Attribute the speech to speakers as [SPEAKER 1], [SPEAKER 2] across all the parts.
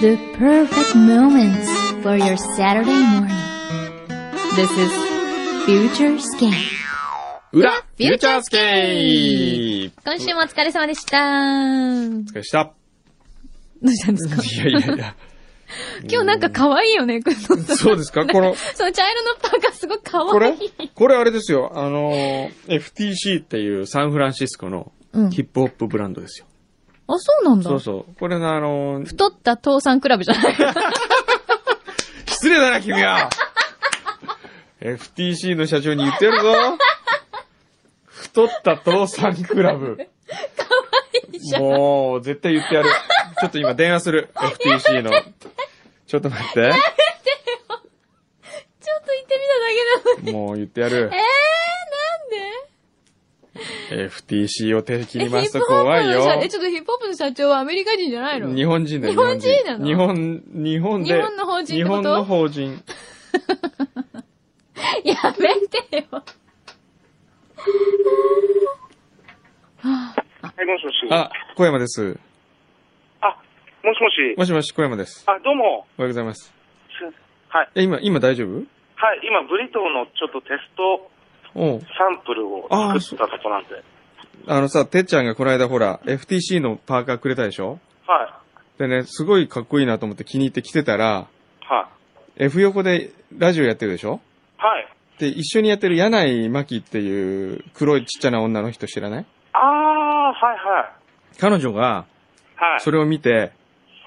[SPEAKER 1] The perfect moments for your Saturday morning. This is Future Scan.
[SPEAKER 2] 裏、フューチャースケープ
[SPEAKER 1] 今週もお疲れ様でした。ど
[SPEAKER 2] お疲れした。
[SPEAKER 1] うしたんですか
[SPEAKER 2] いやいやいや。
[SPEAKER 1] 今日なんか可愛いよね、 くんのさん。
[SPEAKER 2] そうですか この、
[SPEAKER 1] その茶色のパーカーすごい可
[SPEAKER 2] こ
[SPEAKER 1] 愛
[SPEAKER 2] れ
[SPEAKER 1] い。
[SPEAKER 2] これあれですよ。あのー、FTC っていうサンフランシスコの
[SPEAKER 1] うん
[SPEAKER 2] ヒップホップブランドですよ。
[SPEAKER 1] あ、そうなんだ。
[SPEAKER 2] そうそう。これのあのー、
[SPEAKER 1] 太った父さんクラブ じゃない。
[SPEAKER 2] 失礼だな、君は !FTC の社長に言ってやるぞ太った父さんクラブ。もう、絶対言ってやる。ちょっと今電話する。FTC の。ちょっと待って。
[SPEAKER 1] ちょっと行ってみただけなのに。
[SPEAKER 2] もう言ってやる
[SPEAKER 1] え。
[SPEAKER 2] FTC を手切
[SPEAKER 1] ー、
[SPEAKER 2] り
[SPEAKER 1] なんでえヒッ
[SPEAKER 2] ます
[SPEAKER 1] プ
[SPEAKER 2] と
[SPEAKER 1] ホッ
[SPEAKER 2] 怖
[SPEAKER 1] プ
[SPEAKER 2] い
[SPEAKER 1] の社
[SPEAKER 2] よ
[SPEAKER 1] え、。ちょっとヒップホップの社長はアメリカ人じゃないの
[SPEAKER 2] 日本人だよ。
[SPEAKER 1] 日本人なの
[SPEAKER 2] 日本、日本で。
[SPEAKER 1] 日本の法人ってこと
[SPEAKER 2] 日本の法人。
[SPEAKER 1] やめてよ。
[SPEAKER 3] はい、もしもし。あ、
[SPEAKER 2] あ、小山です。
[SPEAKER 3] もしもし。
[SPEAKER 2] もしもし、小山です。
[SPEAKER 3] あ、どうも。
[SPEAKER 2] おはようございます。
[SPEAKER 3] すはい。
[SPEAKER 2] え、今、今大丈夫
[SPEAKER 3] はい、今、ブリトーのちょっとテスト
[SPEAKER 2] うん。
[SPEAKER 3] サンプルを作ったとこなんで。
[SPEAKER 2] あのさ、てっちゃんがこの間ほら、FTC のパーカーくれたでしょ
[SPEAKER 3] はい。
[SPEAKER 2] でね、すごいかっこいいなと思って気に入って着てたら、
[SPEAKER 3] はい。
[SPEAKER 2] F 横でラジオやってるでしょ
[SPEAKER 3] はい。
[SPEAKER 2] で、一緒にやってる柳井真紀っていう黒いちっちゃな女の人知らない
[SPEAKER 3] あー、はいはい。
[SPEAKER 2] 彼女が、
[SPEAKER 3] はい。
[SPEAKER 2] それを見て、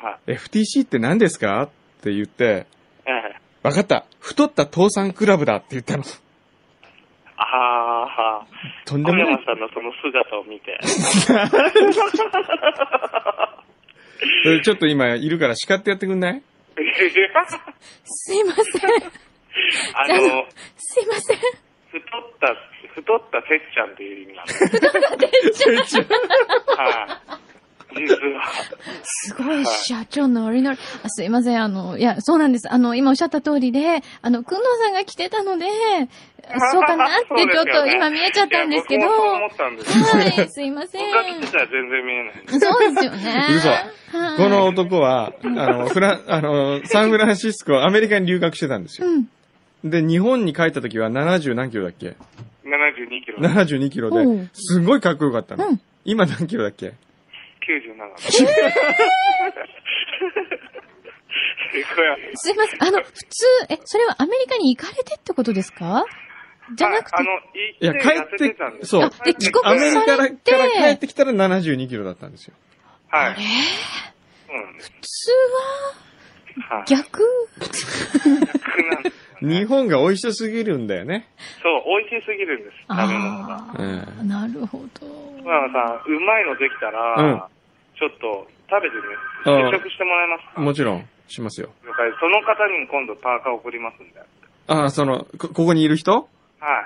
[SPEAKER 3] はい。
[SPEAKER 2] FTC って何ですかって言って、
[SPEAKER 3] ええ
[SPEAKER 2] わかった太った父さんクラブだって言ったの。
[SPEAKER 3] あー、は
[SPEAKER 2] とん
[SPEAKER 3] 小
[SPEAKER 2] でもな
[SPEAKER 3] 山
[SPEAKER 2] い。
[SPEAKER 3] さんのその姿を見て。
[SPEAKER 2] それちょっと今いるから叱ってやってくんない
[SPEAKER 1] すいません。
[SPEAKER 3] あの、
[SPEAKER 1] すいません。
[SPEAKER 3] 太った、太ったてっちゃんっていう意味なんです。はい。実は。
[SPEAKER 1] すごい、社長ノリノリ。あすいません、あの、いや、そうなんです。あの、今おっしゃった通りで、あの、くんのさんが来てたので、そうかなっ
[SPEAKER 3] そう
[SPEAKER 1] て
[SPEAKER 3] です
[SPEAKER 1] ちょ
[SPEAKER 3] よ
[SPEAKER 1] っ
[SPEAKER 3] ね
[SPEAKER 1] と今見えちゃったんですけど、
[SPEAKER 3] いや僕もそう思
[SPEAKER 1] は
[SPEAKER 3] ったんですよ。
[SPEAKER 1] い、すいません。
[SPEAKER 3] 僕が来てたら全然見えない。
[SPEAKER 1] そうですよね。
[SPEAKER 2] 嘘
[SPEAKER 1] はい
[SPEAKER 2] この、男は、あの、フラン、あの、サンフランシスコ、アメリカに留学してたんですよ。
[SPEAKER 1] うん。
[SPEAKER 2] で、日本に帰った時は70何キロだっけ
[SPEAKER 3] 72キロ、97。
[SPEAKER 2] ?72 キロ
[SPEAKER 1] う
[SPEAKER 2] で
[SPEAKER 1] ん、
[SPEAKER 2] すごいかっこよかったの。
[SPEAKER 1] うん
[SPEAKER 2] 今何キロだっけ
[SPEAKER 3] これは
[SPEAKER 1] すいません。あの、普通、え、それはアメリカに行かれてってことですか じゃなくて
[SPEAKER 3] ああ、の、
[SPEAKER 2] いや、
[SPEAKER 3] 一
[SPEAKER 2] 帰
[SPEAKER 3] 定や
[SPEAKER 2] っ
[SPEAKER 3] せ
[SPEAKER 2] て
[SPEAKER 3] たん、です
[SPEAKER 2] そう
[SPEAKER 1] あ。で帰国
[SPEAKER 2] アメリカから
[SPEAKER 1] されて
[SPEAKER 2] から帰ってきたら72キロだったんですよ。
[SPEAKER 3] はい。
[SPEAKER 1] えー
[SPEAKER 3] うん。
[SPEAKER 1] 普通は
[SPEAKER 3] はい。
[SPEAKER 1] 逆
[SPEAKER 3] 逆なんですよね
[SPEAKER 2] 日本が美味しすぎるんだよね。
[SPEAKER 3] そう、美味しすぎるんです、食べ物が。
[SPEAKER 1] ああ、なるほど。
[SPEAKER 3] 小山さん、うまいのできたら、
[SPEAKER 2] うん
[SPEAKER 3] ちょっと食べてね、
[SPEAKER 2] うん
[SPEAKER 3] 試食してもらえますか
[SPEAKER 2] もちろん、しますよ。
[SPEAKER 3] 了解その方に今度パーカー送りますんで。はい。
[SPEAKER 2] ああ、その、こ、ここにいる人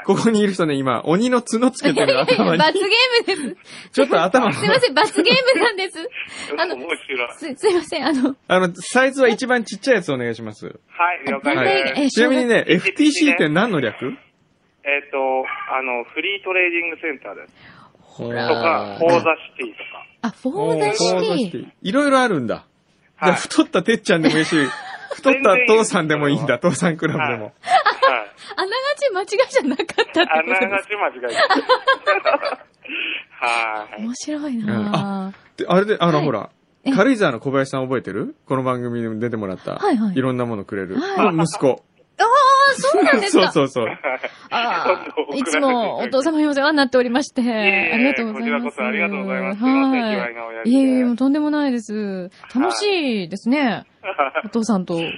[SPEAKER 2] ここにいる人ね、今、鬼の角つけてる頭 に。
[SPEAKER 1] 罰ゲームです。
[SPEAKER 2] ちょっと頭の
[SPEAKER 1] すいませ ん、罰ゲームなんです。あの
[SPEAKER 3] 面白い。
[SPEAKER 1] す、すいません、あの、
[SPEAKER 2] あの、サイズは一番ちっちゃいやつお願いします。
[SPEAKER 3] はい、了
[SPEAKER 1] 大
[SPEAKER 3] 解
[SPEAKER 1] 体
[SPEAKER 3] です。
[SPEAKER 1] え
[SPEAKER 2] ちなみにね、FTC って何の略
[SPEAKER 3] えっ、と、あの、フリートレーディングセンターです。
[SPEAKER 2] ほ
[SPEAKER 3] とか、フォーザシティとか。
[SPEAKER 1] あ、フォーザシティ。
[SPEAKER 2] いろいろあるんだ。
[SPEAKER 3] はい
[SPEAKER 2] じゃあ太ったてっちゃんでもいいし、太った父さんでもいいんだ、父さんクラブで
[SPEAKER 3] は
[SPEAKER 2] も
[SPEAKER 3] い。はい。
[SPEAKER 1] あながち間違いじゃなかったってこと
[SPEAKER 3] あな
[SPEAKER 1] で
[SPEAKER 3] が
[SPEAKER 1] す。
[SPEAKER 3] ち間違いです。 はい。
[SPEAKER 1] 面白い
[SPEAKER 2] うん
[SPEAKER 1] なぁ。
[SPEAKER 2] であれで、あの、
[SPEAKER 1] はい
[SPEAKER 2] ほら
[SPEAKER 1] え、
[SPEAKER 2] 軽井沢の小林さん覚えてるこの番組にも出てもらった。
[SPEAKER 1] はいはい
[SPEAKER 2] ろんなものくれる。
[SPEAKER 1] は
[SPEAKER 2] の息子。
[SPEAKER 1] ああ、そうなんです
[SPEAKER 2] そう
[SPEAKER 1] か。
[SPEAKER 2] そうそう。
[SPEAKER 1] ああ、いつもお父様にお世話になっておりまして、
[SPEAKER 3] えいえ
[SPEAKER 1] ありがとうございます。
[SPEAKER 3] こちらこそありがとうございますすいません卑猥な
[SPEAKER 1] は
[SPEAKER 3] 親
[SPEAKER 1] い。
[SPEAKER 3] 父
[SPEAKER 1] い
[SPEAKER 3] で
[SPEAKER 1] えいえ、もうとんでもないです。楽しいですね。お父さんと。
[SPEAKER 3] そうで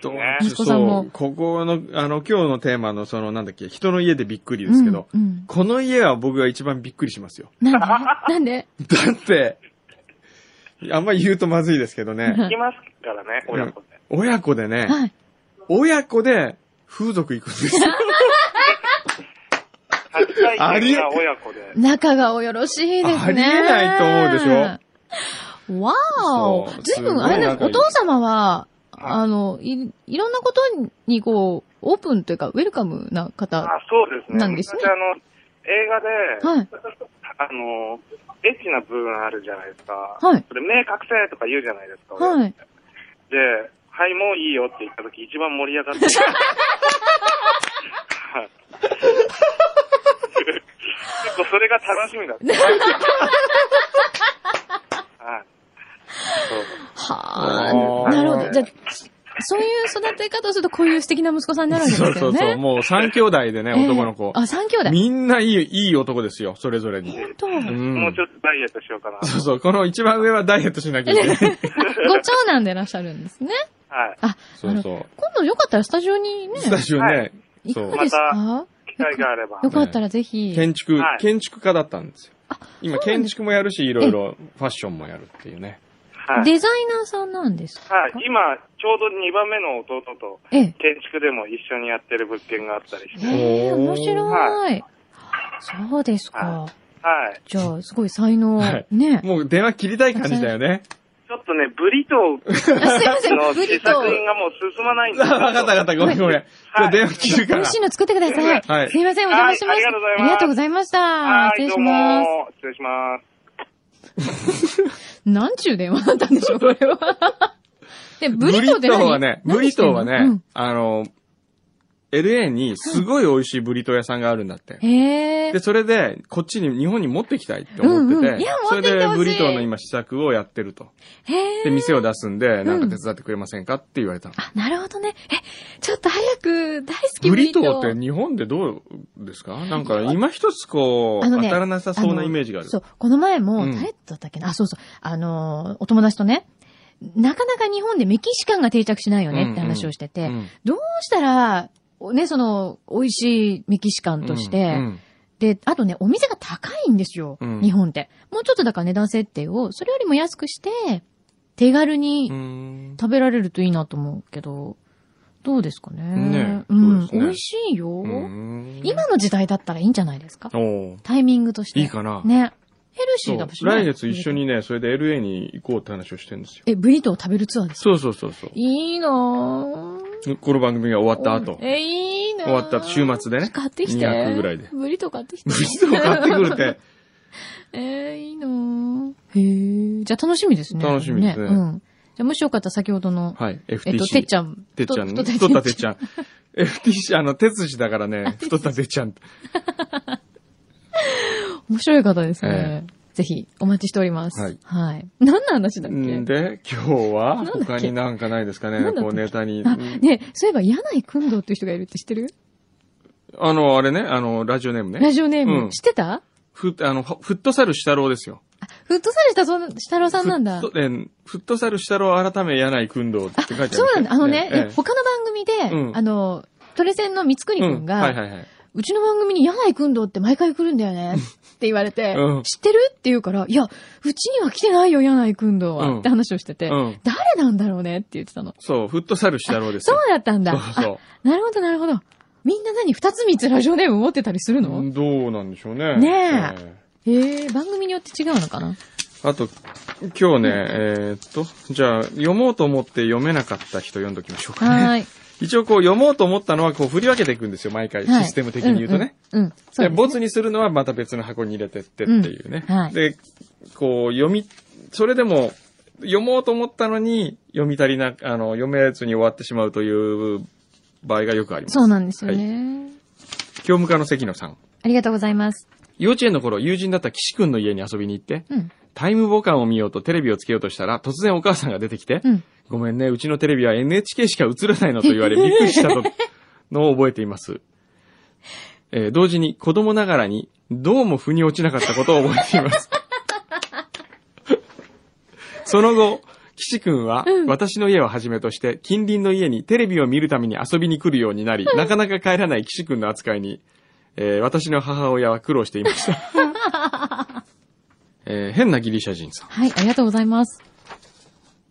[SPEAKER 3] すね。
[SPEAKER 1] 息子さんも
[SPEAKER 2] そうここの、あの、今日のテーマの、その、なんだっけ、人の家でびっくりですけど、
[SPEAKER 1] うんうん
[SPEAKER 2] この家は僕が一番びっくりしますよ。
[SPEAKER 1] なんでなんで
[SPEAKER 2] だって、あんまり言うとまずいですけどね。
[SPEAKER 3] 行きますからね、親子で。
[SPEAKER 2] 親子でね、
[SPEAKER 1] はい。
[SPEAKER 2] 親子で風俗行くんですよ。
[SPEAKER 3] 初体験が親子で。
[SPEAKER 1] 仲がおよろしいですね。
[SPEAKER 2] ありえないと思うで
[SPEAKER 1] しょ。わ
[SPEAKER 2] そ
[SPEAKER 1] ーお
[SPEAKER 2] う
[SPEAKER 1] ずいぶん、あれです
[SPEAKER 2] す
[SPEAKER 1] ね、
[SPEAKER 2] ご
[SPEAKER 1] お
[SPEAKER 2] い仲いい
[SPEAKER 1] 父様は、
[SPEAKER 3] はい
[SPEAKER 1] あの、い、いろんなことに、こう、オープンというか、ウェルカムな方。
[SPEAKER 3] あ、そうですね。
[SPEAKER 1] なんですね
[SPEAKER 3] 昔あの、映画で、
[SPEAKER 1] はい。
[SPEAKER 3] あの、エッチな部分あるじゃないですか。
[SPEAKER 1] はい
[SPEAKER 3] それ、目隠せとか言うじゃないですか。。、
[SPEAKER 1] はいい。
[SPEAKER 3] はい、もういいよって言った時一番盛り上がってる。はい結構それが楽しみだった。はい。
[SPEAKER 1] は
[SPEAKER 2] あ
[SPEAKER 1] あ、
[SPEAKER 2] ー
[SPEAKER 1] なるほど。じゃあ、そういう育て方をすると、こういう素敵な息子さんになるわけです
[SPEAKER 2] そ
[SPEAKER 1] よ
[SPEAKER 2] う
[SPEAKER 1] ね。
[SPEAKER 2] そうそう。もう3兄弟でね、
[SPEAKER 1] ええ
[SPEAKER 2] 男の子。
[SPEAKER 1] あ、三兄弟。
[SPEAKER 2] みんないい、いい男ですよ、それぞれに。
[SPEAKER 1] と、
[SPEAKER 2] う
[SPEAKER 1] ご
[SPEAKER 2] ん
[SPEAKER 3] もうちょっとダイエットしようかな。
[SPEAKER 2] そうそう、この一番上はダイエットしなきゃい けない。
[SPEAKER 1] 長男でいらっしゃるんですね。
[SPEAKER 3] はい。
[SPEAKER 1] あ、
[SPEAKER 2] そうそう。
[SPEAKER 1] 今度よかったらスタジオにね、
[SPEAKER 2] スタジオね、
[SPEAKER 1] いか
[SPEAKER 2] そう
[SPEAKER 1] がですか
[SPEAKER 3] 機会があれば。
[SPEAKER 1] よかったらぜひ。
[SPEAKER 2] 建築
[SPEAKER 3] は、い
[SPEAKER 2] 建築家だったんですよ。今、
[SPEAKER 1] そうなん
[SPEAKER 2] 建
[SPEAKER 1] です
[SPEAKER 2] 築もやるし、いろいろファッションもやるっていうね。
[SPEAKER 3] はい。
[SPEAKER 1] デザイナーさんなんですか
[SPEAKER 3] はい。今、ちょうど2番目の弟と
[SPEAKER 1] ええ。
[SPEAKER 3] 建築でも一緒にやってる物件があったりして。
[SPEAKER 1] ええ、
[SPEAKER 2] おー
[SPEAKER 1] 面白い。そうですか
[SPEAKER 3] は。はい。
[SPEAKER 1] じゃあ、すごい才能
[SPEAKER 2] はい。
[SPEAKER 1] ね。
[SPEAKER 2] もう電話切りたい感じだよね。
[SPEAKER 3] ちょっとね、ブリトー
[SPEAKER 1] あすいません
[SPEAKER 3] の、
[SPEAKER 1] ブ
[SPEAKER 3] 試
[SPEAKER 1] リと
[SPEAKER 3] 作。品がもう進まないんです
[SPEAKER 2] わかったわかった、ごめんごめん。じゃあ電話切る
[SPEAKER 1] 美
[SPEAKER 2] から
[SPEAKER 1] 味し。いの作ってください。
[SPEAKER 2] はい
[SPEAKER 1] すいません、お邪魔しま
[SPEAKER 3] はい
[SPEAKER 1] し
[SPEAKER 3] あり
[SPEAKER 1] た
[SPEAKER 3] がとうございます
[SPEAKER 1] ありがとうございました。失礼
[SPEAKER 3] はい、ど
[SPEAKER 1] し
[SPEAKER 3] う
[SPEAKER 1] ます。
[SPEAKER 3] も。失礼します。
[SPEAKER 1] なんちゅう電話だったんでしょう、これは。 で、ブ
[SPEAKER 2] ブリ
[SPEAKER 1] リ
[SPEAKER 2] ト
[SPEAKER 1] トーで
[SPEAKER 2] ーはね、ブリトーはね、
[SPEAKER 1] うん
[SPEAKER 2] あの、LA にすごい美味しいブリトー屋さんがあるんだって。
[SPEAKER 1] へえ
[SPEAKER 2] で、。それで、こっちに、日本に持ってきたいって思って
[SPEAKER 1] うんうんい
[SPEAKER 2] て
[SPEAKER 1] や、
[SPEAKER 2] そ
[SPEAKER 1] 持っ
[SPEAKER 2] れ
[SPEAKER 1] てきてほしい
[SPEAKER 2] でブリトーの今試作をやってると。
[SPEAKER 1] へえ。
[SPEAKER 2] で、店を出すんで、なんか手伝ってくれませんかって言われたの。
[SPEAKER 1] あ、なるほどね。え、ちょっと早く、大好き
[SPEAKER 2] ブ
[SPEAKER 1] ブ
[SPEAKER 2] リ
[SPEAKER 1] リ
[SPEAKER 2] ト
[SPEAKER 1] ト
[SPEAKER 2] ー
[SPEAKER 1] ー。
[SPEAKER 2] って日本でどうですかなんか今一つこう、
[SPEAKER 1] あのね
[SPEAKER 2] 当たらなさそうなイメージがある。
[SPEAKER 1] そう、この前も、
[SPEAKER 2] うん
[SPEAKER 1] 誰だったっけな、あ、そうそう、あのー、お友達とね、なかなか日本でメキシカンが定着しないよねって話をしてて、
[SPEAKER 2] うん
[SPEAKER 1] どうしたら、おね、その、美味しいメキシカンとして、
[SPEAKER 2] うん
[SPEAKER 1] で、あとね、お店が高いんですよ、
[SPEAKER 2] うん
[SPEAKER 1] 日本って。もうちょっとだから値段設定を、それよりも安くして、手軽
[SPEAKER 2] う
[SPEAKER 1] に
[SPEAKER 2] ん
[SPEAKER 1] 食べられるといいなと思うけど、どうですかね。
[SPEAKER 2] ね
[SPEAKER 1] う
[SPEAKER 2] そ
[SPEAKER 1] ん
[SPEAKER 2] うで、すね
[SPEAKER 1] 美味しいよ、
[SPEAKER 2] うん
[SPEAKER 1] 今の時代だったらいいんじゃないですか
[SPEAKER 2] おー
[SPEAKER 1] タイミングとして。
[SPEAKER 2] いいかな。
[SPEAKER 1] ね。ヘルシ
[SPEAKER 2] そ
[SPEAKER 1] ーか
[SPEAKER 2] う
[SPEAKER 1] もしれない。
[SPEAKER 2] 来月一緒。にね、それで LA に行こうって話をしてるんですよ。
[SPEAKER 1] え、ブリトーを食べるツアーですか
[SPEAKER 2] そうそうそうそ
[SPEAKER 1] いいなぁ。
[SPEAKER 2] う。この番組が終わった後。
[SPEAKER 1] え、いいなぁ。
[SPEAKER 2] 終わった後週末でね
[SPEAKER 1] 買ってきて。
[SPEAKER 2] 200ぐらいで
[SPEAKER 1] ブリトー買ってきて。
[SPEAKER 2] ブリトー買ってくるっ。て。
[SPEAKER 1] えー、いいなぁ。へえ。じゃあ楽しみですね。
[SPEAKER 2] 楽しみですね
[SPEAKER 1] うん。じゃあもしよかったら先ほどの、
[SPEAKER 2] はい。FTC。
[SPEAKER 1] えっと、てっちゃん。
[SPEAKER 2] てっちゃんね。
[SPEAKER 1] と
[SPEAKER 2] 太ったてっち
[SPEAKER 1] ゃん。
[SPEAKER 2] ゃん。FTC、あの、てつしだからね、太ったてっちゃん。
[SPEAKER 1] 面白い方ですね。ぜひ、お待ちしております。
[SPEAKER 2] はい
[SPEAKER 1] はい。何の話だっ
[SPEAKER 2] ん
[SPEAKER 1] け
[SPEAKER 2] で、今日
[SPEAKER 1] な
[SPEAKER 2] は、
[SPEAKER 1] んだっけ
[SPEAKER 2] 他になんかないですか
[SPEAKER 1] な
[SPEAKER 2] ね、
[SPEAKER 1] んだっ
[SPEAKER 2] こ
[SPEAKER 1] け
[SPEAKER 2] うネタに。
[SPEAKER 1] あ、ねえそういえば、柳井くんどうっていう人がいるって知ってる
[SPEAKER 2] あの、あれね、あの、ラジオネーム
[SPEAKER 1] ラ
[SPEAKER 2] ね。
[SPEAKER 1] ジオネー
[SPEAKER 2] うん
[SPEAKER 1] ム。知ってた
[SPEAKER 2] ふ、あの、ほフットサルシタロウですよ。
[SPEAKER 1] フットサルした、その、したろうさんなんだ
[SPEAKER 2] フ。ットえーフットサルシタロウ改め柳井君堂って書いてある。
[SPEAKER 1] そうなんだ。あのね、
[SPEAKER 2] ええ
[SPEAKER 1] いや他の番組で、
[SPEAKER 2] うん
[SPEAKER 1] あの、トレセンの三つくにくん
[SPEAKER 2] うんはい
[SPEAKER 1] が、
[SPEAKER 2] はいはい。
[SPEAKER 1] うちの番組に柳井くんどって毎回来るんだよね、って言われて
[SPEAKER 2] うん、
[SPEAKER 1] 知ってるって言うから、いや、うちには来てないよ、柳井くんど
[SPEAKER 2] うん
[SPEAKER 1] は、って話をしてて
[SPEAKER 2] う、ん。
[SPEAKER 1] 誰なんだろうねって言ってたの。
[SPEAKER 2] そう、フットサルシタロウです
[SPEAKER 1] そう
[SPEAKER 2] よ。
[SPEAKER 1] だったんだ。
[SPEAKER 2] そうそう
[SPEAKER 1] あなるほど、なるほど。みんな何二つ三つラジオネーム持ってたりする
[SPEAKER 2] う
[SPEAKER 1] の
[SPEAKER 2] んどうなんでしょうね。
[SPEAKER 1] ねえ
[SPEAKER 2] え
[SPEAKER 1] へえ、番組によって違うのかな
[SPEAKER 2] えあと、今日ね、えーっと、じゃあ、読もうと思って読めなかった人読んどきましょうかね。
[SPEAKER 1] はーい。
[SPEAKER 2] 一応こう読もうと思ったのはこう振り分けていくんですよ、毎回。
[SPEAKER 1] はい
[SPEAKER 2] システム的に言うとね。。
[SPEAKER 1] うんうん。うんそう
[SPEAKER 2] で、
[SPEAKER 1] ですね
[SPEAKER 2] ボツにするのはまた別の箱に入れてってっていうね。
[SPEAKER 1] うんはい
[SPEAKER 2] で、こう読み、それでも読もうと思ったのに読み足りな、あの、読めずに終わってしまうという場合がよくあります。
[SPEAKER 1] そうなんですよ
[SPEAKER 2] はい。
[SPEAKER 1] ね。
[SPEAKER 2] 教務課の関野さん。
[SPEAKER 1] ありがとうございます。
[SPEAKER 2] 幼稚園の頃、友人だった岸くんの家に遊びに行って、
[SPEAKER 1] うん。
[SPEAKER 2] タイムボカンを見ようとテレビをつけようとしたら、突然お母さんが出てきて、
[SPEAKER 1] うん。
[SPEAKER 2] ごめんね、うちのテレビは NHK しか映らないのと言われ、びっくりした とのを覚えています。えー同時に子供ながらに、どうも腑に落ちなかったことを覚えてい ます。その後、岸くんは、私の家をはじめとして、近隣の家にテレビを見るために遊びに来るようになり、なかなか帰らない岸くんの扱いに、えー私の母親は苦労していました。 えー変なギリシャ人さん。
[SPEAKER 1] はい、ありがとうございます。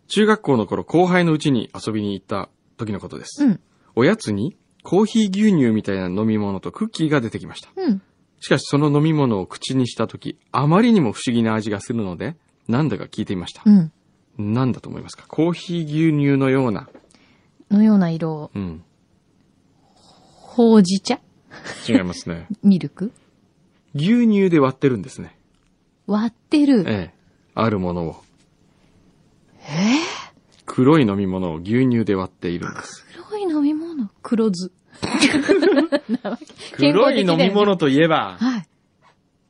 [SPEAKER 2] 中学校の頃、後輩のうちに遊びに行った時のことです。
[SPEAKER 1] うん。
[SPEAKER 2] おやつに、コーヒー牛乳みたいな飲み物とクッキーが出てきました。
[SPEAKER 1] うん。
[SPEAKER 2] しかし、その飲み物を口にした時、あまりにも不思議な味がするので、なんだか聞いてみました
[SPEAKER 1] う。ん。
[SPEAKER 2] なんだと思いますかコーヒー牛乳のような。
[SPEAKER 1] のような色。
[SPEAKER 2] うん。
[SPEAKER 1] ほうじ茶
[SPEAKER 2] 違いま すね。
[SPEAKER 1] ミルク
[SPEAKER 2] 牛乳で割ってるんですね。
[SPEAKER 1] 割ってる。
[SPEAKER 2] ええ。あるものを。え黒い飲み物を牛乳で割っているんです。
[SPEAKER 1] 黒い飲み物黒酢。なわけ健
[SPEAKER 2] 黒
[SPEAKER 1] 康
[SPEAKER 2] い
[SPEAKER 1] 的だよ
[SPEAKER 2] 飲
[SPEAKER 1] ね
[SPEAKER 2] み物とい えば、
[SPEAKER 1] はい。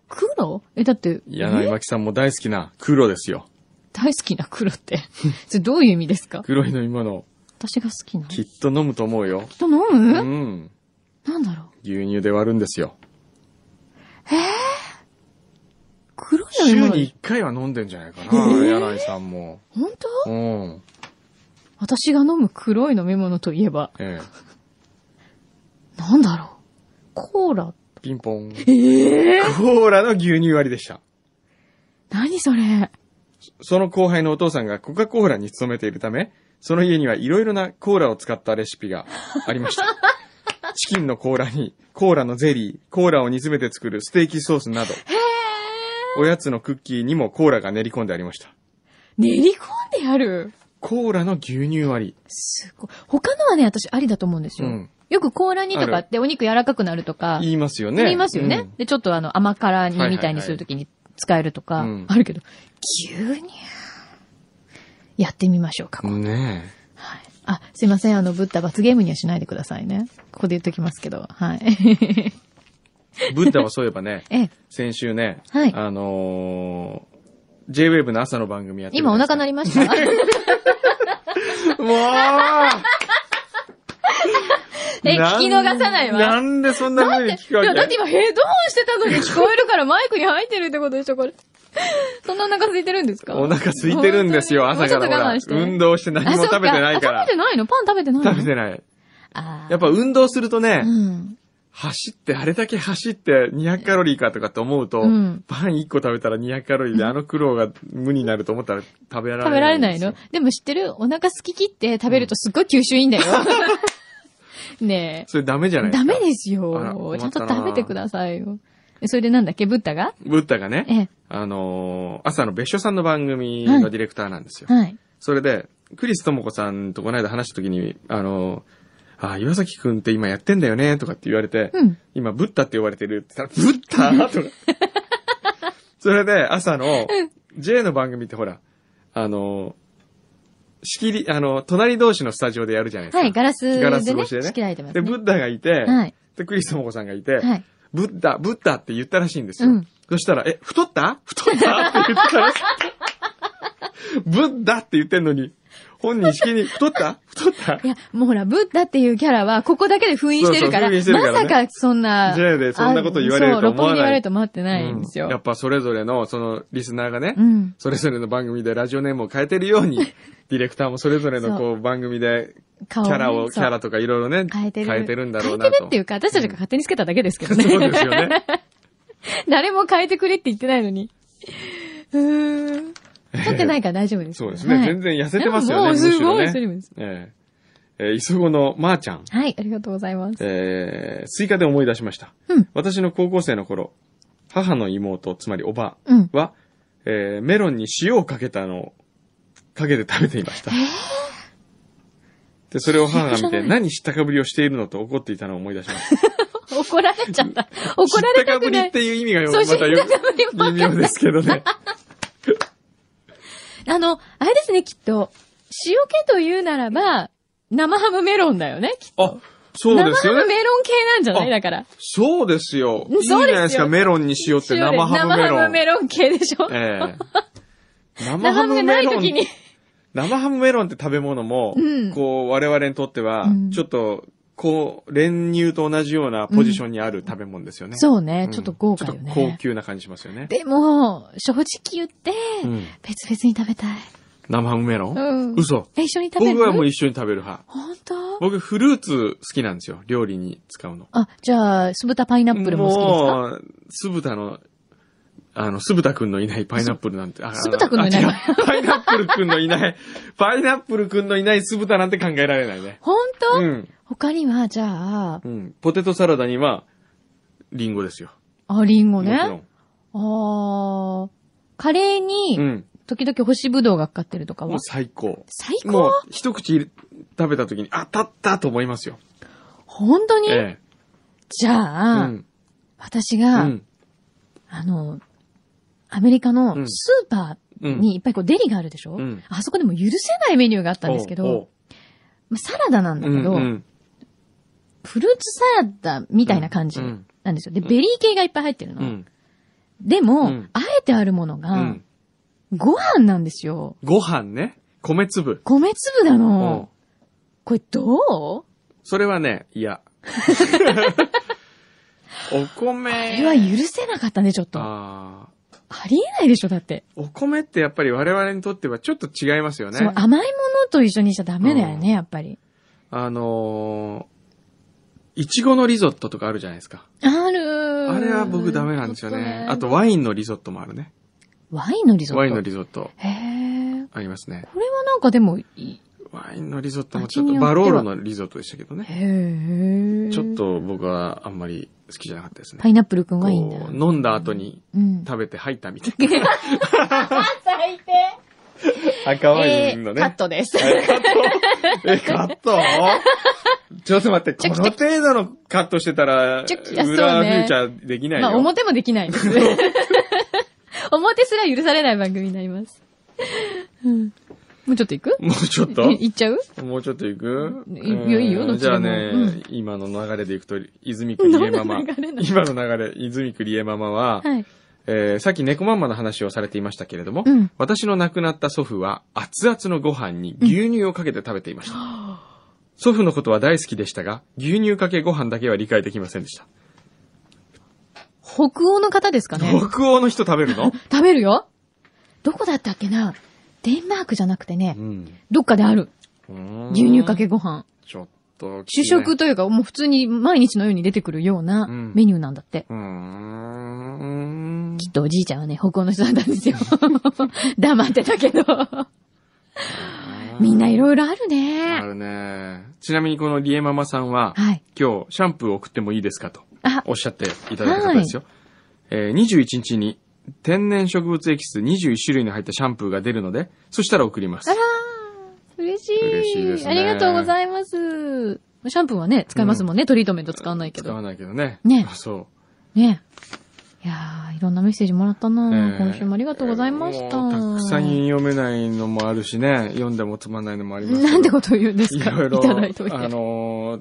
[SPEAKER 1] 黒え、だって、
[SPEAKER 2] 柳
[SPEAKER 1] え
[SPEAKER 2] 巻さんも大好きな黒ですよ。
[SPEAKER 1] 大好きな黒って。 それどういう意味ですか
[SPEAKER 2] 黒い飲み物、
[SPEAKER 1] 私が好きな。き
[SPEAKER 2] き
[SPEAKER 1] っ
[SPEAKER 2] っと飲むと思うよ。
[SPEAKER 1] と飲
[SPEAKER 2] う
[SPEAKER 1] む、
[SPEAKER 2] ん。
[SPEAKER 1] なんだろう
[SPEAKER 2] 牛乳で割るんですよ。
[SPEAKER 1] 黒い飲
[SPEAKER 2] 週
[SPEAKER 1] み
[SPEAKER 2] に
[SPEAKER 1] 物。
[SPEAKER 2] 1回は飲んでんじゃないかな、
[SPEAKER 1] えー
[SPEAKER 2] 柳井さんも。
[SPEAKER 1] 本当
[SPEAKER 2] うん。
[SPEAKER 1] 私が飲む黒い飲み物といえば、
[SPEAKER 2] ええ。
[SPEAKER 1] なんだろうコーラ。
[SPEAKER 2] ピンポン。コ
[SPEAKER 1] ええ
[SPEAKER 2] ーラの牛乳割りでした。
[SPEAKER 1] 何それ
[SPEAKER 2] その後輩のお父さんがコカ・コーラに勤めているため、その家にはいろいろなコーラを使ったレシピがあり ました。チキンのコーラに、コーラのゼリー、コーラを煮詰めて作るステーキソースなど、
[SPEAKER 1] へえ
[SPEAKER 2] おやつのクッキーにもコーラが練り込んでありました。
[SPEAKER 1] 練り込んでやる
[SPEAKER 2] コーラの牛乳割
[SPEAKER 1] すごい。他のはね、私ありだと思うんですよ。
[SPEAKER 2] うん
[SPEAKER 1] よく甲羅煮とかってお肉柔らかくなると
[SPEAKER 2] り
[SPEAKER 1] か、、
[SPEAKER 2] 言いますよね。
[SPEAKER 1] 言いますよね。
[SPEAKER 2] うん
[SPEAKER 1] で、ちょっとあの甘辛
[SPEAKER 2] はいはいは
[SPEAKER 1] 煮
[SPEAKER 2] い
[SPEAKER 1] みたいにするときに使えるとか
[SPEAKER 2] うん、
[SPEAKER 1] あるけど、牛乳。やってみましょうか。
[SPEAKER 2] ね
[SPEAKER 1] はい。あ、すいません。あの、ぶった罰ゲームにはしないでくださいね。ここで言っときますけど。はい。、
[SPEAKER 2] え。ブッダはそういえばね
[SPEAKER 1] ええ、
[SPEAKER 2] 先週ね、
[SPEAKER 1] はい
[SPEAKER 2] あのー、J-Wave の朝の番組やってるじ
[SPEAKER 1] 今
[SPEAKER 2] ゃ
[SPEAKER 1] お
[SPEAKER 2] ないです
[SPEAKER 1] 腹
[SPEAKER 2] か
[SPEAKER 1] 鳴りま した
[SPEAKER 2] もう
[SPEAKER 1] え聞き逃さないわ
[SPEAKER 2] なんでそんな風に聞くわ
[SPEAKER 1] い
[SPEAKER 2] け
[SPEAKER 1] や、だって今ヘッドホンしてたのに聞こえるからマイクに入ってるってことでしょ、これ。 そんなお腹空いてるんですか
[SPEAKER 2] お腹空いてるんですよ、
[SPEAKER 1] 本当
[SPEAKER 2] 朝
[SPEAKER 1] に
[SPEAKER 2] からほ
[SPEAKER 1] も
[SPEAKER 2] ら
[SPEAKER 1] うちょっと我慢して。
[SPEAKER 2] 運動して何も食べてないか
[SPEAKER 1] あそう
[SPEAKER 2] ら
[SPEAKER 1] あ食べて。ないのパン食べてないの
[SPEAKER 2] 食べてない。
[SPEAKER 1] あー
[SPEAKER 2] やっぱ運動するとね、
[SPEAKER 1] うん。
[SPEAKER 2] 走って、あれだけ走って200カロリーかとかって思うと、
[SPEAKER 1] うん
[SPEAKER 2] パン1個食べたら200カロリーで、あの苦労が無になると思ったら食べられない。
[SPEAKER 1] 食べられないのでも知ってるお腹すき切って食べるとすっごい吸収いいんだよ。 ね
[SPEAKER 2] それダメじゃな
[SPEAKER 1] え。
[SPEAKER 2] いで
[SPEAKER 1] ダ
[SPEAKER 2] すか。
[SPEAKER 1] メです
[SPEAKER 2] あら
[SPEAKER 1] よ
[SPEAKER 2] 困。っ
[SPEAKER 1] ちゃんと
[SPEAKER 2] たな
[SPEAKER 1] 食べてくださいよ。えそれでなんだっけブッダが
[SPEAKER 2] ブッダがね、
[SPEAKER 1] ええ。
[SPEAKER 2] あのー朝の別所さんの番組のディレクターなんですよ。
[SPEAKER 1] はい。
[SPEAKER 2] それで、クリスともこさんとこの間話した時に、あのー、あ、岩崎くんって今やってんだよね、とかって言われて、
[SPEAKER 1] うん。
[SPEAKER 2] 今、ブッダって呼ばれてるって言ったら、ブッ ダとか。それで、朝の、J の番組ってほら、あの、仕切り、あの、隣同士のスタジオでやるじゃないですか。
[SPEAKER 1] はい、ガラスで
[SPEAKER 2] ガ
[SPEAKER 1] ね、
[SPEAKER 2] ラス越しでね
[SPEAKER 1] 仕切られてます
[SPEAKER 2] で、
[SPEAKER 1] ね。
[SPEAKER 2] ブッダがいて、
[SPEAKER 1] はい。
[SPEAKER 2] で、クリストモコさんがいて、
[SPEAKER 1] はい。
[SPEAKER 2] ブッダ、ブッダって言ったらしいんですよ。
[SPEAKER 1] うん
[SPEAKER 2] そしたら、え、太った太ったって言ったら しくてブッダって言ってんのに、本人しきりに、太った太った
[SPEAKER 1] いや、もうほら、ブッダっていうキャラは、ここだけで封印してるから、
[SPEAKER 2] そうそう封印してるからね
[SPEAKER 1] まさかそんな。
[SPEAKER 2] J でそんなこと言われると思わない
[SPEAKER 1] あそう、六本木で言われると待ってないんです
[SPEAKER 2] うんやっ
[SPEAKER 1] よ。
[SPEAKER 2] ぱそれぞれの、その、リスナーがね、
[SPEAKER 1] うん。
[SPEAKER 2] それぞれの番組でラジオネームを変えてる ように、ディレクターもそれぞれの
[SPEAKER 1] そ
[SPEAKER 2] こう番組でキ
[SPEAKER 1] 顔ね
[SPEAKER 2] ャラを、
[SPEAKER 1] そう
[SPEAKER 2] キャラとかいろいろね、
[SPEAKER 1] 変えてる。
[SPEAKER 2] 変えてるんだろうなと。
[SPEAKER 1] 変えてるっていうか、私たちが勝手につけただけですけどね。
[SPEAKER 2] そうですよね。
[SPEAKER 1] 誰も変えてくれって言ってないのに。うーん。撮ってないから大丈夫です。
[SPEAKER 2] そうですね。
[SPEAKER 1] はい
[SPEAKER 2] 全然痩せてますよね。
[SPEAKER 1] もう
[SPEAKER 2] む
[SPEAKER 1] す
[SPEAKER 2] し
[SPEAKER 1] ご
[SPEAKER 2] ろ
[SPEAKER 1] い、ス
[SPEAKER 2] ね。
[SPEAKER 1] リムです。
[SPEAKER 2] えええー、磯子のまーちゃん。
[SPEAKER 1] はい、ありがとうございます。
[SPEAKER 2] えー、追加で思い出しました。
[SPEAKER 1] うん
[SPEAKER 2] 私の高校生の頃、母の妹、つまりおば
[SPEAKER 1] うん。
[SPEAKER 2] は、えー、メロンに塩をかけたのを、かけて食べていました。で、それを母が見て、何知ったかぶりをしているのと怒っていたのを思い出しまし た。
[SPEAKER 1] 怒られちゃった。怒られたくない
[SPEAKER 2] 知ったかぶりっ。ていう意味がよ、
[SPEAKER 1] そ
[SPEAKER 2] ま
[SPEAKER 1] う、知ったた
[SPEAKER 2] よ
[SPEAKER 1] かぶり
[SPEAKER 2] く、
[SPEAKER 1] ばっ
[SPEAKER 2] 微
[SPEAKER 1] か
[SPEAKER 2] 妙ですけどね。
[SPEAKER 1] あの、あれですね、きっと。塩気というならば、生ハムメロンだよね。きっと
[SPEAKER 2] あ、そうです
[SPEAKER 1] 生ハ
[SPEAKER 2] よ
[SPEAKER 1] ム
[SPEAKER 2] ね。
[SPEAKER 1] メロン系なんじゃない
[SPEAKER 2] あ
[SPEAKER 1] だから。
[SPEAKER 2] そうですよ。
[SPEAKER 1] うん
[SPEAKER 2] いいじゃ
[SPEAKER 1] そうですよ
[SPEAKER 2] ないですか、メロンに塩って
[SPEAKER 1] 塩で
[SPEAKER 2] 生ハムメ
[SPEAKER 1] 生
[SPEAKER 2] ロ
[SPEAKER 1] ハム
[SPEAKER 2] ン。
[SPEAKER 1] メロン系でしょ、
[SPEAKER 2] ええ生
[SPEAKER 1] 生ハ
[SPEAKER 2] ハ
[SPEAKER 1] ム
[SPEAKER 2] ム
[SPEAKER 1] がな
[SPEAKER 2] メ
[SPEAKER 1] い
[SPEAKER 2] ロ
[SPEAKER 1] 時
[SPEAKER 2] ン。
[SPEAKER 1] に。
[SPEAKER 2] 生ハムメロンって食べ物も、
[SPEAKER 1] うん
[SPEAKER 2] こう、我々にとっては
[SPEAKER 1] うん、
[SPEAKER 2] ちょっと、こう、練乳と同じようなポジションにある食べ物ですよね。
[SPEAKER 1] そう
[SPEAKER 2] う
[SPEAKER 1] ね
[SPEAKER 2] ん。、
[SPEAKER 1] ちょっと豪華よね。
[SPEAKER 2] ちょっと高級な感じしますよね。
[SPEAKER 1] でも、正直言って、
[SPEAKER 2] うん
[SPEAKER 1] 別々に食べたい。
[SPEAKER 2] 生ハムメロン
[SPEAKER 1] うん。
[SPEAKER 2] 嘘。
[SPEAKER 1] え、一緒に食べる
[SPEAKER 2] 僕はもう一緒に食べる派。
[SPEAKER 1] 本当
[SPEAKER 2] 僕、フルーツ好きなんですよ。料理に使うの。
[SPEAKER 1] あ、じゃあ、酢豚パイナップルも好きですか
[SPEAKER 2] もう、酢豚の、あの、酢豚くんのいないパイナップルなんて、あ
[SPEAKER 1] 酢豚くんのいない
[SPEAKER 2] あ違うパイナップルくんのいない、パイナップルくんのいない酢豚なんて考えられないね。
[SPEAKER 1] 本当、
[SPEAKER 2] うん。
[SPEAKER 1] 他には、じゃあ、
[SPEAKER 2] うん。ポテトサラダには、リンゴですよ。
[SPEAKER 1] あ、リンゴ
[SPEAKER 2] もちろ
[SPEAKER 1] ね。
[SPEAKER 2] ん。
[SPEAKER 1] あーカレー
[SPEAKER 2] う
[SPEAKER 1] に、
[SPEAKER 2] ん。
[SPEAKER 1] 時々干しぶどうがかかってるとか
[SPEAKER 2] も
[SPEAKER 1] は
[SPEAKER 2] う。最高。
[SPEAKER 1] 最
[SPEAKER 2] もう
[SPEAKER 1] 高、
[SPEAKER 2] 一口食べた時に、あ、たったと思いますよ。
[SPEAKER 1] 本当に、
[SPEAKER 2] ええ。
[SPEAKER 1] じゃあ、
[SPEAKER 2] うん。
[SPEAKER 1] 私
[SPEAKER 2] う
[SPEAKER 1] が、
[SPEAKER 2] ん。
[SPEAKER 1] あの、アメリカ
[SPEAKER 2] う
[SPEAKER 1] の
[SPEAKER 2] ん
[SPEAKER 1] スーパ
[SPEAKER 2] うん
[SPEAKER 1] にいっぱいこうデリがあるでしょ、
[SPEAKER 2] うん
[SPEAKER 1] あそこでも許せないメニューがあったんですけ
[SPEAKER 2] おう
[SPEAKER 1] ど、まあ、サラダなんだけど、
[SPEAKER 2] おううんうん
[SPEAKER 1] フルーツサラダみたいな感じなんですよ。で、ベリー系がいっぱい入ってるの。
[SPEAKER 2] うん
[SPEAKER 1] でも、
[SPEAKER 2] うん
[SPEAKER 1] あえてあるもの
[SPEAKER 2] う
[SPEAKER 1] が
[SPEAKER 2] ん、
[SPEAKER 1] ご飯なんですよ。
[SPEAKER 2] ご飯ね。米粒。
[SPEAKER 1] 米粒な
[SPEAKER 2] うん
[SPEAKER 1] の。これどう
[SPEAKER 2] それはね、いや。お米。
[SPEAKER 1] これは許せなかったね、ちょっと。あ
[SPEAKER 2] あー
[SPEAKER 1] りえないでしょ、だって。
[SPEAKER 2] お米ってやっぱり我々にとってはちょっと違いますよね。
[SPEAKER 1] そう、甘いものと一緒にしちゃダメだよね、やっぱり。
[SPEAKER 2] あのー、いちごのリゾットとかあるじゃないですか。
[SPEAKER 1] あるー
[SPEAKER 2] あれは僕ダメなんですよね。あ、
[SPEAKER 1] ちょっ
[SPEAKER 2] とワインのリゾットもあるね。
[SPEAKER 1] ワインのリゾット。
[SPEAKER 2] ワインのリゾット
[SPEAKER 1] へー
[SPEAKER 2] ありますね。
[SPEAKER 1] これはなんかでもいい、
[SPEAKER 2] ワインのリゾットもちょっ
[SPEAKER 1] 味
[SPEAKER 2] と
[SPEAKER 1] によっては
[SPEAKER 2] バロールのリゾットでしたけどね。
[SPEAKER 1] へー
[SPEAKER 2] ちょっ。と僕はあんまり好きじゃなかったですね。
[SPEAKER 1] パイナップルくんはいいんだ。
[SPEAKER 2] こう飲んだ後に
[SPEAKER 1] うん。
[SPEAKER 2] 食べて吐いたみたいな。
[SPEAKER 1] 最低
[SPEAKER 2] 赤
[SPEAKER 1] えーカットです。
[SPEAKER 2] え、カット ちょっと待って、
[SPEAKER 1] ちょ
[SPEAKER 2] こ
[SPEAKER 1] きち
[SPEAKER 2] の
[SPEAKER 1] ょ
[SPEAKER 2] 程度のカットしてたら、
[SPEAKER 1] ちょきちょそうね
[SPEAKER 2] 裏フューチャーできない
[SPEAKER 1] まあ、
[SPEAKER 2] よ。
[SPEAKER 1] 表もできない です。表すら許されない番組になります。うんもうちょっと行く
[SPEAKER 2] もうちょ っと
[SPEAKER 1] い行っちゃう
[SPEAKER 2] もうちょっと行く
[SPEAKER 1] いいよいいよ
[SPEAKER 2] うん
[SPEAKER 1] どっち
[SPEAKER 2] じ
[SPEAKER 1] で
[SPEAKER 2] ゃあ
[SPEAKER 1] も
[SPEAKER 2] ね、
[SPEAKER 1] うん
[SPEAKER 2] 今の流れで行くと、泉区りえママ。
[SPEAKER 1] どんな流れなの
[SPEAKER 2] 今の流れ、泉区りえママは、
[SPEAKER 1] はい。
[SPEAKER 2] えーさっき猫ママの話をされていましたけれども、
[SPEAKER 1] うん
[SPEAKER 2] 私の亡くなった祖父は熱々のご飯に牛乳をかけて食べていました。祖父のことは大好きでしたが、牛乳かけご飯だけは理解できませんでした。
[SPEAKER 1] 北欧の方ですかね
[SPEAKER 2] 北欧の人食べるの
[SPEAKER 1] 食べるよどこだったっけなデンマークじゃなくてね
[SPEAKER 2] う、ん
[SPEAKER 1] どっかである。
[SPEAKER 2] うん
[SPEAKER 1] 牛乳かけご飯。
[SPEAKER 2] ちょっと、
[SPEAKER 1] 主食というか、もう普通に毎日のように出てくるような
[SPEAKER 2] うん
[SPEAKER 1] メニューなんだって。
[SPEAKER 2] うーん。
[SPEAKER 1] きっとおじいちゃんはね、北欧の人だったんですよ。 黙ってたけど。みんないろいろある
[SPEAKER 2] あ
[SPEAKER 1] ね。
[SPEAKER 2] るね。ちなみにこのリエママさんは、
[SPEAKER 1] はい。
[SPEAKER 2] 今日シャンプーを送ってもいいですかと
[SPEAKER 1] あ、
[SPEAKER 2] おっしゃっていただいた方ですよ。えー21日に天然植物エキス21種類の入ったシャンプーが出るので、そしたら送ります
[SPEAKER 1] あ。らー嬉しい。
[SPEAKER 2] 嬉しいですね
[SPEAKER 1] ありがとうございます。シャンプーはね、使いますもんね。トリートメント使わないけ
[SPEAKER 2] 使
[SPEAKER 1] ど。
[SPEAKER 2] わないけどね。
[SPEAKER 1] ね
[SPEAKER 2] あそ
[SPEAKER 1] ね。いやー、いろんなメッセージもらったな、
[SPEAKER 2] ねえ
[SPEAKER 1] 今週もありが
[SPEAKER 2] う。
[SPEAKER 1] とうございました。
[SPEAKER 2] もうたくさん読めないのもあるしね、読んでもつまんないのもありますけど
[SPEAKER 1] なんてことを言うんです
[SPEAKER 2] い
[SPEAKER 1] か
[SPEAKER 2] ろいろ、
[SPEAKER 1] ただいておいて。
[SPEAKER 2] あの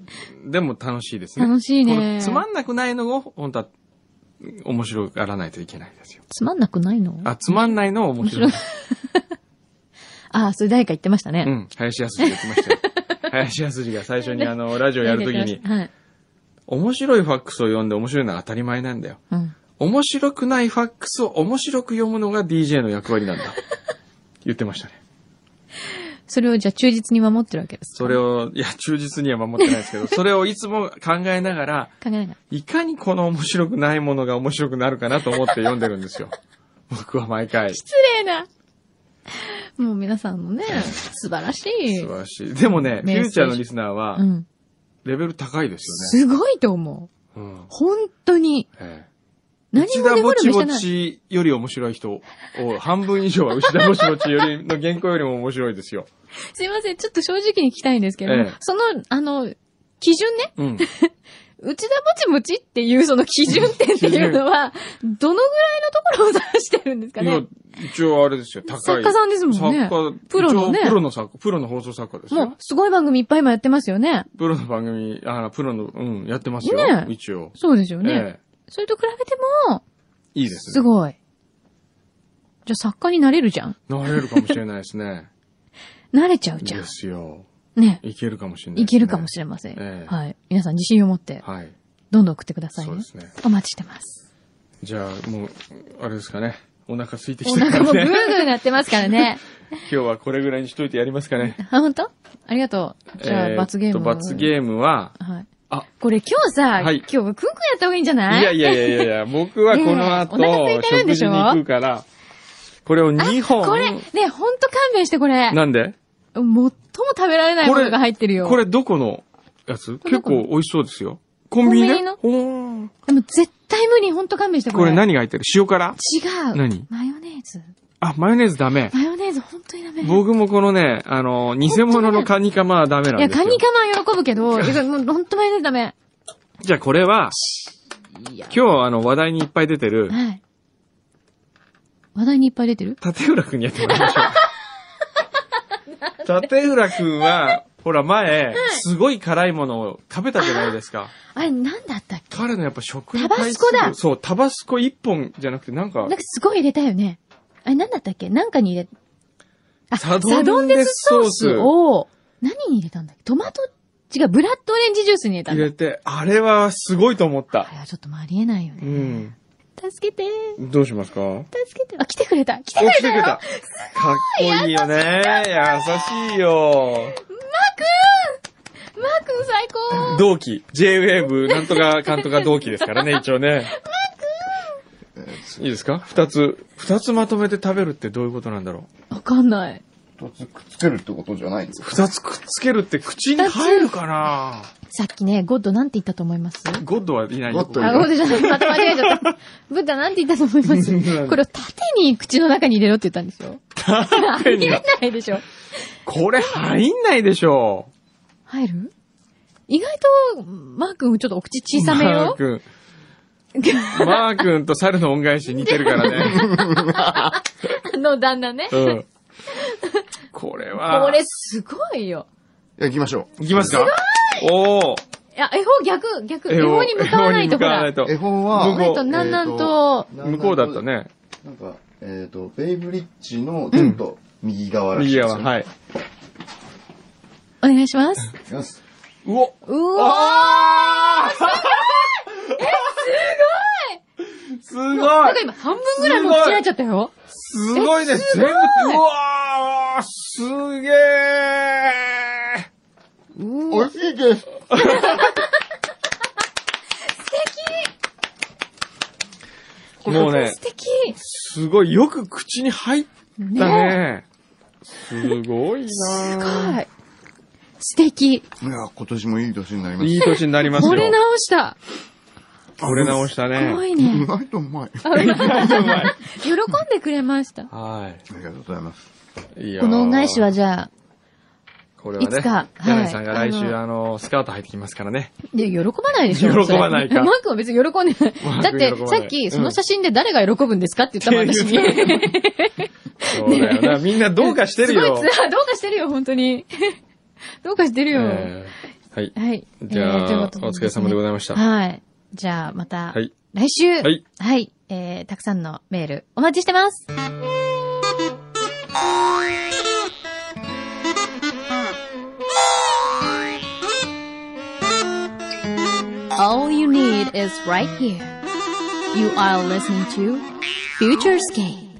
[SPEAKER 2] ーでも楽しいですね。
[SPEAKER 1] 楽しいね
[SPEAKER 2] このつまんなくないのを、本当は、面白がらないといけないんですよ。
[SPEAKER 1] つまんなくないの
[SPEAKER 2] あ、つまんないのを面白い。
[SPEAKER 1] あー、それ誰か言ってました
[SPEAKER 2] う
[SPEAKER 1] ね。
[SPEAKER 2] ん、林康二が言って ましたよ。林康二が最初にあの、ラジオやるときに、
[SPEAKER 1] はい。
[SPEAKER 2] 面白いファックスを読んで面白いのは当たり前なんだよ。
[SPEAKER 1] うん。
[SPEAKER 2] 面白くないファックスを面白く読むのが DJ の役割なんだ。言ってましたね。
[SPEAKER 1] それをじゃあ忠実に守ってるわけですか。
[SPEAKER 2] それを、いや、忠実には守ってないで すけど、それをいつも考えながら、
[SPEAKER 1] 考えながら。
[SPEAKER 2] いかにこの面白くないものが面白くなるかなと思って読んでるんですよ。僕は毎回。素
[SPEAKER 1] 失礼な。もう皆さんのね、素晴らしい。
[SPEAKER 2] 晴らしい。でもね、フ
[SPEAKER 1] メ
[SPEAKER 2] ュ
[SPEAKER 1] ッセージ
[SPEAKER 2] ーチャーのリスナーは
[SPEAKER 1] う、ん。
[SPEAKER 2] レベル高いですよね。
[SPEAKER 1] すごいと思う。
[SPEAKER 2] うん。
[SPEAKER 1] 本当に。
[SPEAKER 2] ええ
[SPEAKER 1] 何
[SPEAKER 2] 内
[SPEAKER 1] も
[SPEAKER 2] 田
[SPEAKER 1] デフ
[SPEAKER 2] ぼ
[SPEAKER 1] ォル
[SPEAKER 2] ち
[SPEAKER 1] メして
[SPEAKER 2] ぼ
[SPEAKER 1] ない。
[SPEAKER 2] ちより面白い人を、半分以上は内田ぼちぼちよりの原稿よりも面白いですよ。
[SPEAKER 1] すいません、ちょっと正直に聞きたいんですけど、
[SPEAKER 2] ええ
[SPEAKER 1] その、あの、基準ね、
[SPEAKER 2] うん。
[SPEAKER 1] 内田ぼちぼちっていうその基準点っていうのは、どのぐらいのところを指してるんですか
[SPEAKER 2] いや
[SPEAKER 1] ね。
[SPEAKER 2] 一応あれですよ、高い。
[SPEAKER 1] 作家さんですもんね
[SPEAKER 2] 作家、
[SPEAKER 1] プロのね
[SPEAKER 2] 一応プロの作、プロの放送作家です
[SPEAKER 1] も
[SPEAKER 2] よ。
[SPEAKER 1] う、すごい番組いっぱい今やってますよね。
[SPEAKER 2] プロの番組、あプロの、うん、やってますよ。
[SPEAKER 1] ねえ
[SPEAKER 2] 一応。
[SPEAKER 1] そうですよね。
[SPEAKER 2] ええ
[SPEAKER 1] それと比べても、
[SPEAKER 2] いいですね。
[SPEAKER 1] すごい。じゃあ作家になれるじゃん。
[SPEAKER 2] なれるかもしれないですね。
[SPEAKER 1] 慣れちゃう じゃ
[SPEAKER 2] で
[SPEAKER 1] ん。
[SPEAKER 2] すよ。
[SPEAKER 1] ね。
[SPEAKER 2] いけるかもしれない、
[SPEAKER 1] いけるかもし
[SPEAKER 2] れ
[SPEAKER 1] れません。
[SPEAKER 2] ええ
[SPEAKER 1] はい。皆さん自信を持って、
[SPEAKER 2] ない。はい。
[SPEAKER 1] どんどん送ってください
[SPEAKER 2] そう
[SPEAKER 1] ね。
[SPEAKER 2] ですね。
[SPEAKER 1] お待ちしてます。
[SPEAKER 2] じゃあ、もう、あれですかね。お腹空いて
[SPEAKER 1] お
[SPEAKER 2] きたか
[SPEAKER 1] 腹もうグ
[SPEAKER 2] ら
[SPEAKER 1] ーグ
[SPEAKER 2] ね。
[SPEAKER 1] ーなってますからね。
[SPEAKER 2] 今日はこれぐらいにしといてやりますかね。
[SPEAKER 1] あ、本当？ありがとう。じゃあ、
[SPEAKER 2] えーっと
[SPEAKER 1] 罰ゲーム。
[SPEAKER 2] 罰ゲームは、
[SPEAKER 1] ーム。はい。
[SPEAKER 2] あ、
[SPEAKER 1] これ今日さ、
[SPEAKER 2] はい
[SPEAKER 1] 今日クンクンやった方がいいんじゃない
[SPEAKER 2] いやいやいやいや いや、僕はこの後、
[SPEAKER 1] ねえお腹空いてるん
[SPEAKER 2] 食
[SPEAKER 1] でし
[SPEAKER 2] 事
[SPEAKER 1] ょ
[SPEAKER 2] に行くから、これを2本。
[SPEAKER 1] これ、ねえ、ほんと勘弁してこれ。最
[SPEAKER 2] なんで
[SPEAKER 1] も食べられないものが入ってるよ。
[SPEAKER 2] これどこのやつ
[SPEAKER 1] これ
[SPEAKER 2] 結
[SPEAKER 1] どこの
[SPEAKER 2] 構美味しそうですよ。コンビニね
[SPEAKER 1] コン
[SPEAKER 2] おー
[SPEAKER 1] でも絶対無理、ほんと勘弁してこ
[SPEAKER 2] こ
[SPEAKER 1] れ。
[SPEAKER 2] れ何が入ってる塩辛
[SPEAKER 1] 違う。
[SPEAKER 2] 何
[SPEAKER 1] マヨネーズ。
[SPEAKER 2] あ、マヨネーズダメ。
[SPEAKER 1] マヨネーズほんとにダメ。
[SPEAKER 2] 僕もこのね、あの、偽物のカニカマはダメなん
[SPEAKER 1] いや、
[SPEAKER 2] ですよ。
[SPEAKER 1] カニカマは喜ぶけど、いやもうほんとマヨネーズダメ。
[SPEAKER 2] じゃあこれは、
[SPEAKER 1] いや。
[SPEAKER 2] 今日あの話題にいっぱい出てる、
[SPEAKER 1] はい。話題にいっぱい出てる
[SPEAKER 2] 立浦くんにやってもらいましょう。 立浦くんは、 ほら前、すごい辛いものを食べたじゃないです か。
[SPEAKER 1] あれ、なんだったっけ
[SPEAKER 2] 彼のやっぱ食に
[SPEAKER 1] タバ
[SPEAKER 2] 対
[SPEAKER 1] ス
[SPEAKER 2] す
[SPEAKER 1] コだ
[SPEAKER 2] る、そう、タバスコ一本じゃなくて、なんか
[SPEAKER 1] なん、かすごい入れたよね。あれ、なんだったっけなんかに入れ、あ、サ
[SPEAKER 2] サドンデス
[SPEAKER 1] ドンデスソー
[SPEAKER 2] ソー
[SPEAKER 1] ス
[SPEAKER 2] ス
[SPEAKER 1] を、何に入れたんだっけトマト、違う、ブラッドオレンジジュースに入れたん
[SPEAKER 2] 入
[SPEAKER 1] だ。
[SPEAKER 2] れて、あれはすごいと思っ
[SPEAKER 1] あ
[SPEAKER 2] た。
[SPEAKER 1] れはちょっともうありえないよ
[SPEAKER 2] う
[SPEAKER 1] ね。
[SPEAKER 2] ん。
[SPEAKER 1] 助けて
[SPEAKER 2] どうし ますかお、
[SPEAKER 1] 助けてあ、来てくれた来てくれ
[SPEAKER 2] 来てく
[SPEAKER 1] た
[SPEAKER 2] れ
[SPEAKER 1] よ
[SPEAKER 2] た。かっこいいよね。優しいよ。
[SPEAKER 1] マー君最高
[SPEAKER 2] 同期。J-Wave、なんとかかんとか同期ですから ね、一応ね。いいですか二つ、二つまとめて食べるってどういうことなんだろ
[SPEAKER 1] わかんない。
[SPEAKER 4] 一つくっつけるってことじゃないんです
[SPEAKER 2] う
[SPEAKER 4] か
[SPEAKER 2] 二つくっつけるって口に入るかな
[SPEAKER 1] さっきね、ゴッドなんて言ったと思います
[SPEAKER 2] ゴッドはいないよ。
[SPEAKER 4] ゴッド
[SPEAKER 1] あ、ゴッドじゃない。また間違えちゃ った。ブッダなんて言ったと思います これを縦に口の中に入れろって言ったんですよ。
[SPEAKER 2] 入ん
[SPEAKER 1] 入
[SPEAKER 2] な
[SPEAKER 1] れ
[SPEAKER 2] い
[SPEAKER 1] ないでしょ。
[SPEAKER 2] これ入んないでしょう。
[SPEAKER 1] 入る意外と、マー君ちょっとお口小さめ
[SPEAKER 2] マー
[SPEAKER 1] よ。
[SPEAKER 2] 君。マー君と猿の恩返し似てるか らね。
[SPEAKER 1] あの旦那ね。
[SPEAKER 2] うん。これは。
[SPEAKER 1] これすごいよ。
[SPEAKER 4] いや、行きましょ
[SPEAKER 2] いきますかおー。
[SPEAKER 1] いや、絵本逆、逆。絵本に向かわないと、
[SPEAKER 2] 絵
[SPEAKER 1] ほ
[SPEAKER 2] 本に向かわな
[SPEAKER 1] ら
[SPEAKER 2] い。
[SPEAKER 4] う。絵
[SPEAKER 2] と。
[SPEAKER 4] 本は、
[SPEAKER 2] 向こう
[SPEAKER 1] えっと、なんなんと、
[SPEAKER 2] 向こうだった。ね。
[SPEAKER 4] なんか、えっ、と、ベイブリッジの、ちょっと、右側らしい
[SPEAKER 2] 右
[SPEAKER 4] です
[SPEAKER 2] 側、
[SPEAKER 4] よ。
[SPEAKER 2] はい。
[SPEAKER 1] お願いします。
[SPEAKER 4] いきます。
[SPEAKER 2] うお
[SPEAKER 1] うわ
[SPEAKER 2] あーすごい
[SPEAKER 1] なんか今半分ぐらいもう口になっちゃったよ。
[SPEAKER 2] すごいすごいね全部、うわーすげえ
[SPEAKER 4] 美味しいです。
[SPEAKER 2] もうね
[SPEAKER 1] 素、敵
[SPEAKER 2] すごい、よく口に入ったね。すごい
[SPEAKER 1] す
[SPEAKER 2] な
[SPEAKER 1] ごい素敵
[SPEAKER 4] いや、今年もいい年になりまし
[SPEAKER 2] いい年になりますよ。
[SPEAKER 1] 惚れ直した
[SPEAKER 2] 惚れ直した
[SPEAKER 1] す
[SPEAKER 2] ね
[SPEAKER 1] ご。い
[SPEAKER 4] た。う
[SPEAKER 1] ね。
[SPEAKER 4] まいとうまい。あ
[SPEAKER 1] 喜んでくれました。
[SPEAKER 2] は
[SPEAKER 4] りがとうございます。
[SPEAKER 2] い。いやー
[SPEAKER 1] この恩返しは、じゃあ、
[SPEAKER 2] これはね、
[SPEAKER 1] いつかはい
[SPEAKER 2] 柳井さんが来
[SPEAKER 1] あ
[SPEAKER 2] 週、
[SPEAKER 1] の
[SPEAKER 2] あの、スカート入ってきますからね。
[SPEAKER 1] で、喜ばないでしょ
[SPEAKER 2] 喜ばないか
[SPEAKER 1] それマークは別に喜んで
[SPEAKER 2] マー
[SPEAKER 1] ない。だ
[SPEAKER 2] 君喜ばな
[SPEAKER 1] って、さっ
[SPEAKER 2] いうん
[SPEAKER 1] き、その写真で誰が喜ぶんですかって言ったもん、私に。
[SPEAKER 2] そうだよな。みんなどうかしてるよ
[SPEAKER 1] すご。いつどうかしてるよ、本当に。 どうかしてるよ。
[SPEAKER 2] えーはい。
[SPEAKER 1] はい。
[SPEAKER 2] じゃあ
[SPEAKER 1] えーということ
[SPEAKER 2] お疲れ様でございました
[SPEAKER 1] ねはい。じゃあ、また、
[SPEAKER 2] はい
[SPEAKER 1] 来週、は
[SPEAKER 2] はいい、
[SPEAKER 1] えー、たくさんのメール、お待ちしてます。All you need is right here. You are listening to Future Skate.